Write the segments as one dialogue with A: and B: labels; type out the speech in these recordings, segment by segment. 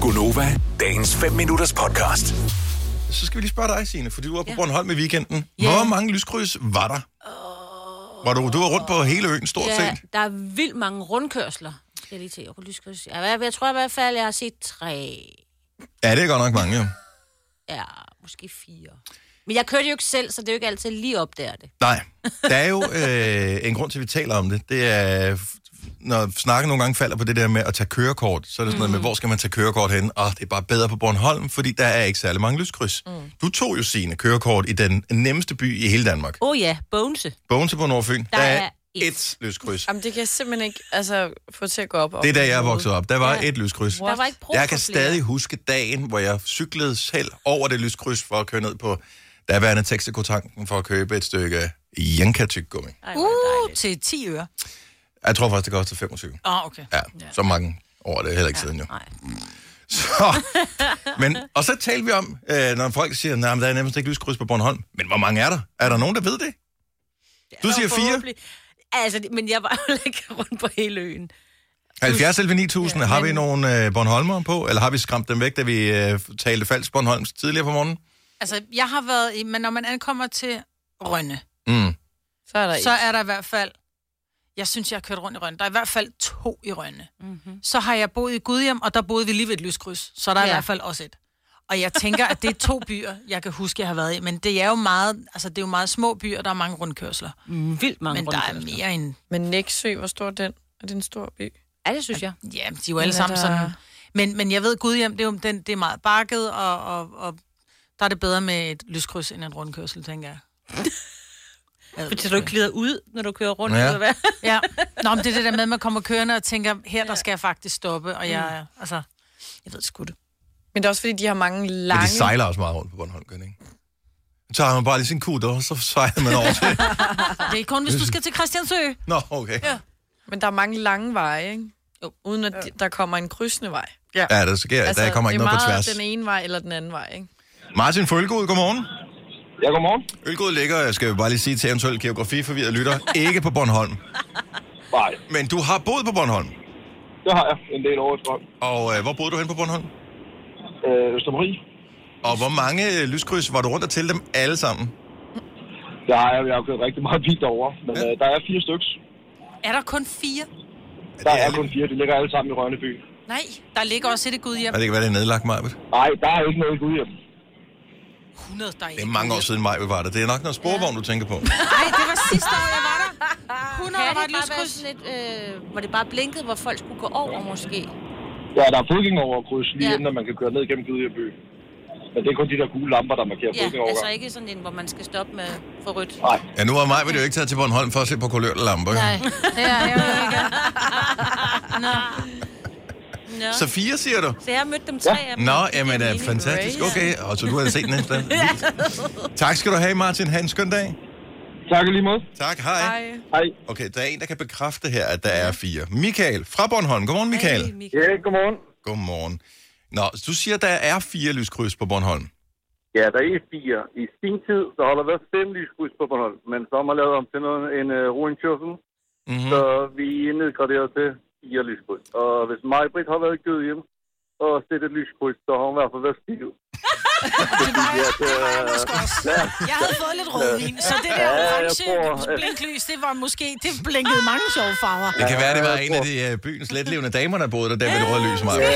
A: Gunova, dagens 5 minutters podcast.
B: Så skal vi lige spørge dig, Signe, for du var på
C: Ja.
B: Bornholm i weekenden.
C: Ja.
B: Hvor mange lyskryds var der? Var du, du var rundt på hele øen, stort
C: Ja,
B: set.
C: der er vildt mange rundkørsler. Skal Jeg lige til jeg kunne lige skulle sige. Jeg, jeg tror i hvert fald, jeg har set tre,
B: Ja, det er godt nok mange, jo.
C: ja, måske fire. Men jeg kørte jo ikke selv, så det er jo ikke altid lige opdager det.
B: Nej, der er jo øh, en grund til, at vi taler om det. Det er, f- når snakken nogle gange falder på det der med at tage kørekort, så er det sådan
C: Mm.
B: noget med, hvor skal man tage kørekort hen? Og det er bare bedre på Bornholm, fordi der er ikke særlig mange lyskryds. Mm. Du tog jo sine kørekort i den nemmeste by i hele Danmark.
C: Åh oh ja, Bonese.
B: Bogense på Nordfyn. Der,
C: Der
B: er
C: er
B: ét
C: ét.
B: lyskryds.
D: Jamen, det kan jeg simpelthen ikke altså, få til at gå op.
B: Det er da jeg er vokset op. Der var et lyskryds.
C: Der var ikke brug
B: Jeg kan
C: for flere.
B: stadig huske dagen, hvor jeg cyklede selv over det lyskryds for at køre ned på daværende Texaco-tanken for at købe et stykke janka tyggegummi.
E: Uh, til 10 øre.
B: Jeg tror faktisk, det kostede 25.
E: Åh, oh, okay.
B: Ja, så mange år er det heller ikke siden jo.
C: Nej.
B: Så, men, og så talte vi om, øh, når folk siger, at der er nærmest ikke lyskryds på Bornholm. Men hvor mange er der? Er der nogen, der ved det? Du siger 4.
C: Og forhåbentlig- Altså, det- men jeg var jo ikke rundt på hele øen.
B: 70 11 9000. Har vi
C: men-
B: nogle øh, Bornholmer på? Eller har vi skræmt dem væk, da vi øh, talte falsk Bornholms tidligere på morgenen?
E: Altså, jeg har været i, men når man ankommer til Rønne,
B: Mm.
D: Så er der
E: så
D: ikke.
E: er der i hvert fald, jeg synes, jeg har kørt rundt i Rønne, der er i hvert fald to i Rønne. Mm-hmm. Så har jeg boet i Gudhjem, og der boede vi lige ved et lyskryds, så der er ja. i
C: Ja.
E: hvert fald også et. Og jeg tænker, at det er to byer, jeg kan huske, jeg har været i, men det er jo meget, altså det er jo meget små byer, der er mange rundkørsler.
C: Mm, vildt mange
E: Men der er
C: rundkørsler.
E: mere end,
D: Men Næksø, hvor stor er den? Er det en stor by?
C: Ja, det synes jeg.
E: ja, de er jo alle
D: er
E: sammen
D: der-
E: sådan. Men, men jeg ved, Gudhjem, det er jo den, det er meget bakket, og, og, og der er det bedre med et lyskryds end en rundkørsel, tænker jeg. Jeg ved
C: Fordi
E: det
C: du
E: ikke.
C: ikke glider ud, når du kører rundt,
B: Ja.
C: ja. eller hvad?
E: Ja. Nå, men det er det der med, at man kommer kørende og tænker, her der skal jeg faktisk stoppe, og
F: Mm.
E: jeg, altså, jeg ved sgu det.
D: Men det er også, fordi de har mange
B: Men
D: lange...
B: de sejler også meget rundt på Bornholm, gør de ikke? Så tager man bare lige sin kudder, og så sejler man over til...
E: Det er kun, hvis du skal til Christiansø.
B: Nå, okay. Ja,
D: Men der er mange lange veje, ikke? Jo. Uden at ja. der kommer en krydsende vej. Ja.
B: ja der sker, altså, der kommer ikke
D: det er
B: noget på
D: meget
B: tværs.
D: den ene vej eller den anden vej, ikke?
B: Martin Følgod, godmorgen.
G: Ja, godmorgen.
B: Ølgod ligger, skal vi bare lige sige til eventuelt geografiforvirrede lytter, ikke på Bornholm.
G: Nej,
B: Men du har boet på Bornholm.
G: det har jeg en del over efterhånden.
B: Og øh, hvor boede du hen på Bornholm?
G: Øh, Østermarie,
B: Og hvor mange øh, lyskryds var du rundt og til dem alle sammen?
G: der har jeg, jeg har kørt rigtig meget bil derovre, men
B: Ja.
G: øh, der er fire stykker.
E: Er der kun fire?
G: Der
B: det
G: er,
B: er
G: er kun
B: lidt-
G: fire, de ligger alle sammen i Rønneby.
E: Nej, der ligger også et i Gudhjem.
B: Og det kan være, det er nedlagt, Majbet.
G: Nej, der er ikke noget ude hjem.
E: 100, der er
B: Det er mange år siden, Majbet var der. Det er nok noget sporvogn, du tænker på.
E: Nej, det var sidste år, jeg var der. 100
C: Kan det
E: var
C: bare
E: et
C: være
E: lyskryds.
C: sådan lidt, øh, hvor det bare blinkede, hvor folk skulle gå over, måske?
G: Ja, der er fodgængeroverkryds lige
C: Ja.
G: ja. inden at man kan køre ned gennem Gudhjem by. Men det er kun de der gule lamper, der markerer
C: Ja, altså
G: fodgængerovergang.
C: ikke sådan en, hvor man skal stoppe med for rødt.
G: Nej,
B: Ja, nu var Majbet jo ikke taget til Bornholm for at se på kulørte lamper.
E: Nej,
B: Nej.
E: det er jeg jo ikke. Nå,
C: Nå.
B: Så fire, siger du?
C: Så jeg har mødt dem tre af dem.
B: Nå,
C: Det giver
B: jamen, øh,
C: mening.
B: fantastisk. Okay, og så du har set den næste. Tak skal du have, Martin. Ha' en skøn dag.
G: tak i lige måde.
B: Tak, hej.
D: Ej.
G: Hej.
B: Okay, der er en, der kan bekræfte her, at der er fire. Michael fra Bornholm. Godmorgen, Michael.
C: Hey,
G: Ja, godmorgen.
B: Godmorgen. Nå, så du siger, der er fire lyskryds på Bornholm.
F: Ja, der er fire. I sin tid, der har der været fem lyskryds på Bornholm, men så har man lavet om til noget, en uh, rundkørsel,
B: Mm-hmm.
F: så vi er nedgraderet til fire lyskryds. Og hvis Majbrit har været i hjem og set et lyskryds, så har hun i hvert fald været stiv.
E: det var jeg, det var jeg måske også. Jeg havde fået lidt rødvin, så det der
F: Ja, jeg
E: orange
F: tror-
E: blinklys, det var måske, det blinkede mange sjove farver.
B: Det kan være, det var
F: jeg
B: en af de øh, byens letlevende damer, der boede der, der ved det røde lys, Maja.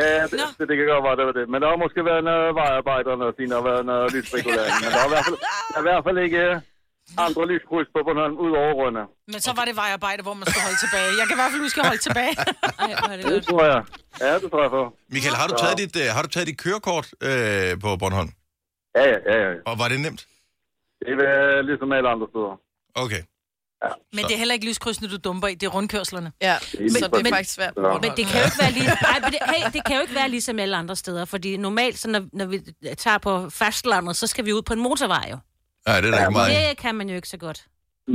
F: Ja, det, det, det kan godt være, det var det. Men der har måske været noget vejarbejderne og sine, og været noget lysregulering. Men der er i hvert fald, der er i hvert fald ikke øh, andre lyskryds på Bornholm ud over Rønne.
E: Men så var det vejarbejde, hvor man skulle holde tilbage. Jeg kan i hvert fald huske at holde tilbage.
C: Ej, hvor er det
F: Det
C: godt.
F: tror jeg. Ja, det tror jeg for.
B: Michael, har du taget dit, øh, har du taget dit kørekort øh, på Bornholm?
F: Ja, ja, ja. ja.
B: Og var det nemt?
F: Det er øh, ligesom alle andre steder.
B: Okay.
E: Men det er heller ikke lyskrydsene, du dumper i, det er rundkørslerne.
D: Ja,
F: Men-
D: så det er
F: men-
D: faktisk svært. på
F: Ja.
D: Bornholm.
C: Men det kan jo ikke være lige, nej, men det, hey, det kan jo ikke være ligesom alle andre steder, fordi normalt, så når, når vi tager på fastlandet, så skal vi ud på en motorvej jo.
B: Nej, det er da ikke meget.
C: Det kan man jo ikke så godt.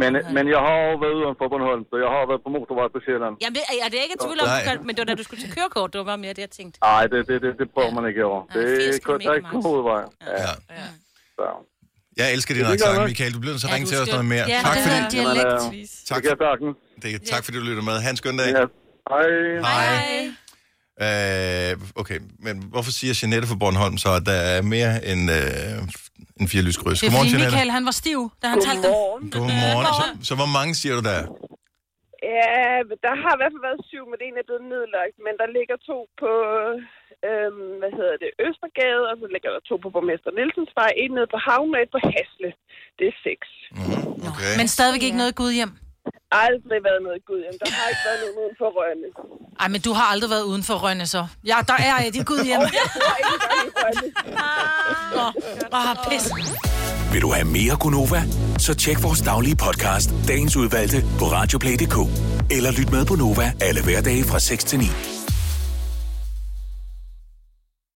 F: Men, men jeg har jo været uden for Bornholm, så jeg har været på motorvej på Sjælland.
C: Jamen, det, er det er ikke i tvivl om,
B: Nej.
C: du kan- men det var da du skulle til kørekort, det var bare mere det, jeg tænkte.
F: Nej, det, det, det, det prøver man ikke over.
C: Nej,
F: Det
C: 80
F: er kun- der er
C: kilometer
F: ikke på hovedvej. Ja,
B: Ja.
F: så.
B: Jeg elsker din
F: Det er godt
B: accent,
F: nok.
B: Michael. Du bliver nødt til at
E: Ja,
B: ringe
E: du
B: til os
E: skal-
B: noget mere.
C: Ja,
B: Tak
E: det
B: fordi,
E: hedder en
F: Jamen,
E: dialekt.
F: øh,
B: tak,
F: Det kan jeg sagtens.
B: det, tak fordi du lytter med. Ha' en skøn dag.
F: Ja. Hej.
B: Hej.
C: Hej.
B: Øh, okay, men hvorfor siger Jeanette fra Bornholm så, at der er mere end, øh, end fire lyskryds?
E: Det er
B: Godmorgen,
E: fordi
B: Jeanette.
E: Michael, han var stiv, da han talte dem.
H: Godmorgen.
B: Godmorgen. Så, så hvor mange siger du der? er?
H: Ja, der har i hvert fald været syv, men en er blevet nedlagt. Men der ligger to på, øhm, hvad hedder det, Østergade, og så ligger der to på Borgmester Nielsens vej, en nede på Havn og et på Hasle. Det er seks.
B: Mhm, Okay.
E: Men stadigvæk ikke noget gud hjem.
H: Aldrig været noget gud, jamen, der har ikke været nogen uden for Rønne.
E: Ej, men du har aldrig været uden for Rønne, så. Ja, der er et i gud hjem. Åh, oh, pis.
A: Vil du have mere Gunova? Så tjek vores daglige podcast, dagens udvalgte, på radioplay.dk. Eller lyt med på Nova alle hverdage fra 6 til 9.